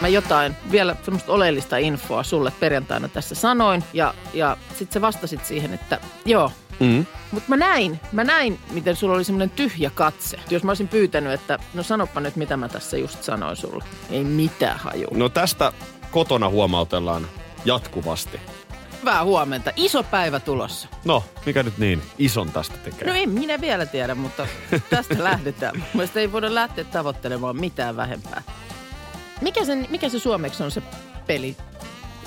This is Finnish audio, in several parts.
Mä jotain vielä semmoista oleellista infoa sulle perjantaina tässä sanoin ja, ja sit sä vastasit siihen, että joo. Mm. Mutta mä näin, mä näin, miten sulla oli semmoinen tyhjä katse. Jos mä olisin pyytänyt, että no sanoppa nyt, mitä mä tässä just sanoin sulle. Ei mitään haju. No tästä kotona huomautellaan jatkuvasti. Hyvää huomenta. Iso päivä tulossa. No, mikä nyt niin ison tästä tekee? No en minä vielä tiedä, mutta tästä lähdetään. Mielestäni ei voida lähteä tavoittelemaan mitään vähempää. Mikä, sen, mikä se suomeksi on se peli?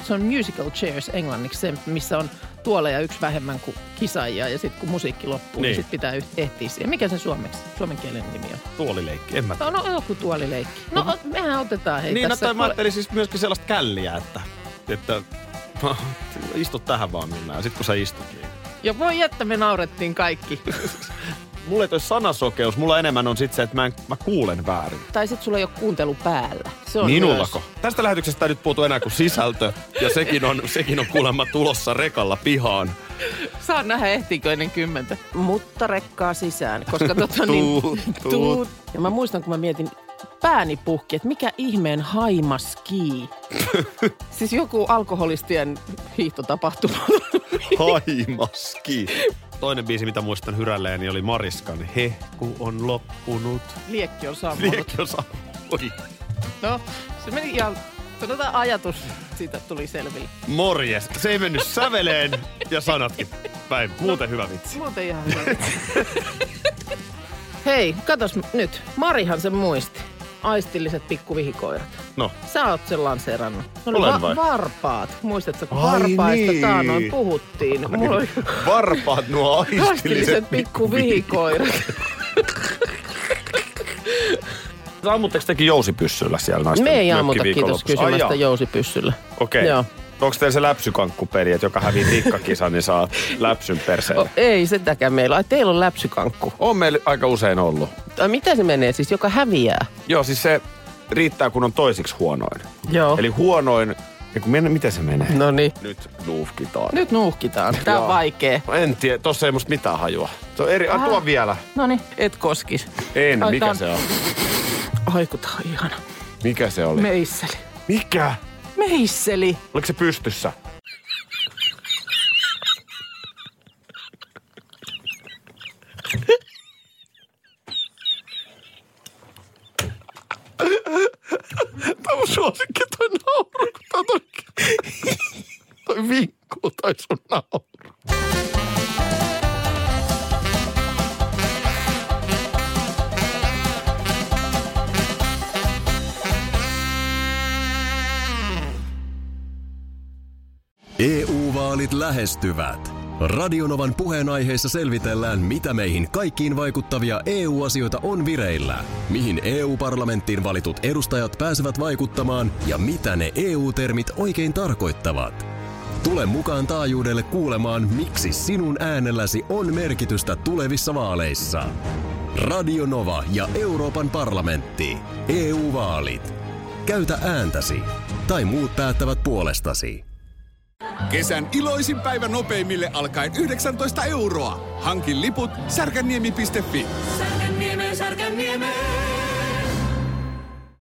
Se on musical chairs englanniksi, se, missä on tuoleja yksi vähemmän kuin kisaajia ja sitten kun musiikki loppuu, niin, niin Niin. sitten pitää yht- ehtiä siihen. Mikä se suomeksi, suomen kielen nimi on? Tuolileikki, en mä No, no joku tuolileikki. No, no mehän otetaan hei Mm-hmm. Niin, no, tässä. tai mä kuule- ajattelin siis myöskin sellaista källiä, että, että istut tähän vaan minä. Ja sit kun sä istut, niin... Ja voi että me naurettiin kaikki. Mulla ei toi sanasokeus, mulla enemmän on sit se, että mä, en, mä kuulen väärin. tai sitten sulla ei ole kuuntelu päällä. Se on Minullako? Tästä lähetyksestä ei nyt puutu enää kuin sisältö, ja sekin on, sekin on kuulemma tulossa rekalla pihaan. Myös. Saa nähdä ehtiikö ennen kymmentä. Mutta rekkaa sisään, koska tota niin... Tuut, tuut. Tuut. Ja mä muistan, kun mä mietin pääni puhki, että mikä ihmeen haimaski. siis joku alkoholistien hiihtotapahtuma. Haimaski. Toinen biisi, mitä muistan hyrälleen, niin oli Mariskan Hehku on loppunut. Liekki on sammunut. Liekki on sa- Oi. No, se meni ihan... Sanotaan ajatus siitä tuli selville. Morjes. Se ei mennyt säveleen ja sanatkin päin. Muuten hyvä vitsi. Muuten ihan hyvä. Hei, katos nyt. Marihan sen muisti. Aistilliset pikkuvihikoirat. No, Sä oot sen lanseerannut. Ne oli Olen vai? Varpaat. Muistatko, kun Ai varpaista niin. taanoin puhuttiin? Mulla oli varpaat nuo aistilliset pikkuvihikoirat. Ammutteko tekin jousipyssyllä siellä naisten Me ei ammuta kiitos mökkiviikonlopussa? Ai kysymästä jaa. jousipyssyllä. Okei. Joo. Onko teillä se läpsykankkupeli, että joka hävii tikkakisan, niin saa läpsyn perseelle? O, ei sitäkään meillä. Ai, teillä on läpsykankku. On meillä aika usein ollut. Tai mitä se menee siis, joka häviää? Joo, siis se riittää, kun on toisiksi huonoin. Joo. Eli huonoin, ja kun men, miten se menee? No niin. Nyt nuufkitaan. Nyt nuuhkitaan. Tää on Joo. vaikea. No En tiedä, tossa ei musta mitään hajua. Se on eri, ah. Aha. tuo vielä. No niin, et koskis. En, Ai, mikä tää se on? Aikuta on ihana. Mikä se oli? Meisseli. Mikä? Meisseli. Oliko se pystyssä? Tämä on suosikki toi nauru, kun tää on toi, toi vinkku tai sun nauru. EU-vaalit E lähestyvät. Radionovan puheenaiheessa selvitellään, mitä meihin kaikkiin vaikuttavia EU-asioita on vireillä, mihin EU-parlamenttiin valitut edustajat pääsevät vaikuttamaan ja mitä ne EU-termit oikein tarkoittavat. Tule mukaan taajuudelle kuulemaan, miksi sinun äänelläsi on merkitystä tulevissa vaaleissa. Radio Nova ja Euroopan parlamentti. EU-vaalit. Käytä ääntäsi. Tai muut päättävät puolestasi. Kesän iloisin päivä nopeimille alkaen 19 euroa. Hankin liput särkänniemi.fi. Sarkaniemen, Sarkaniemen.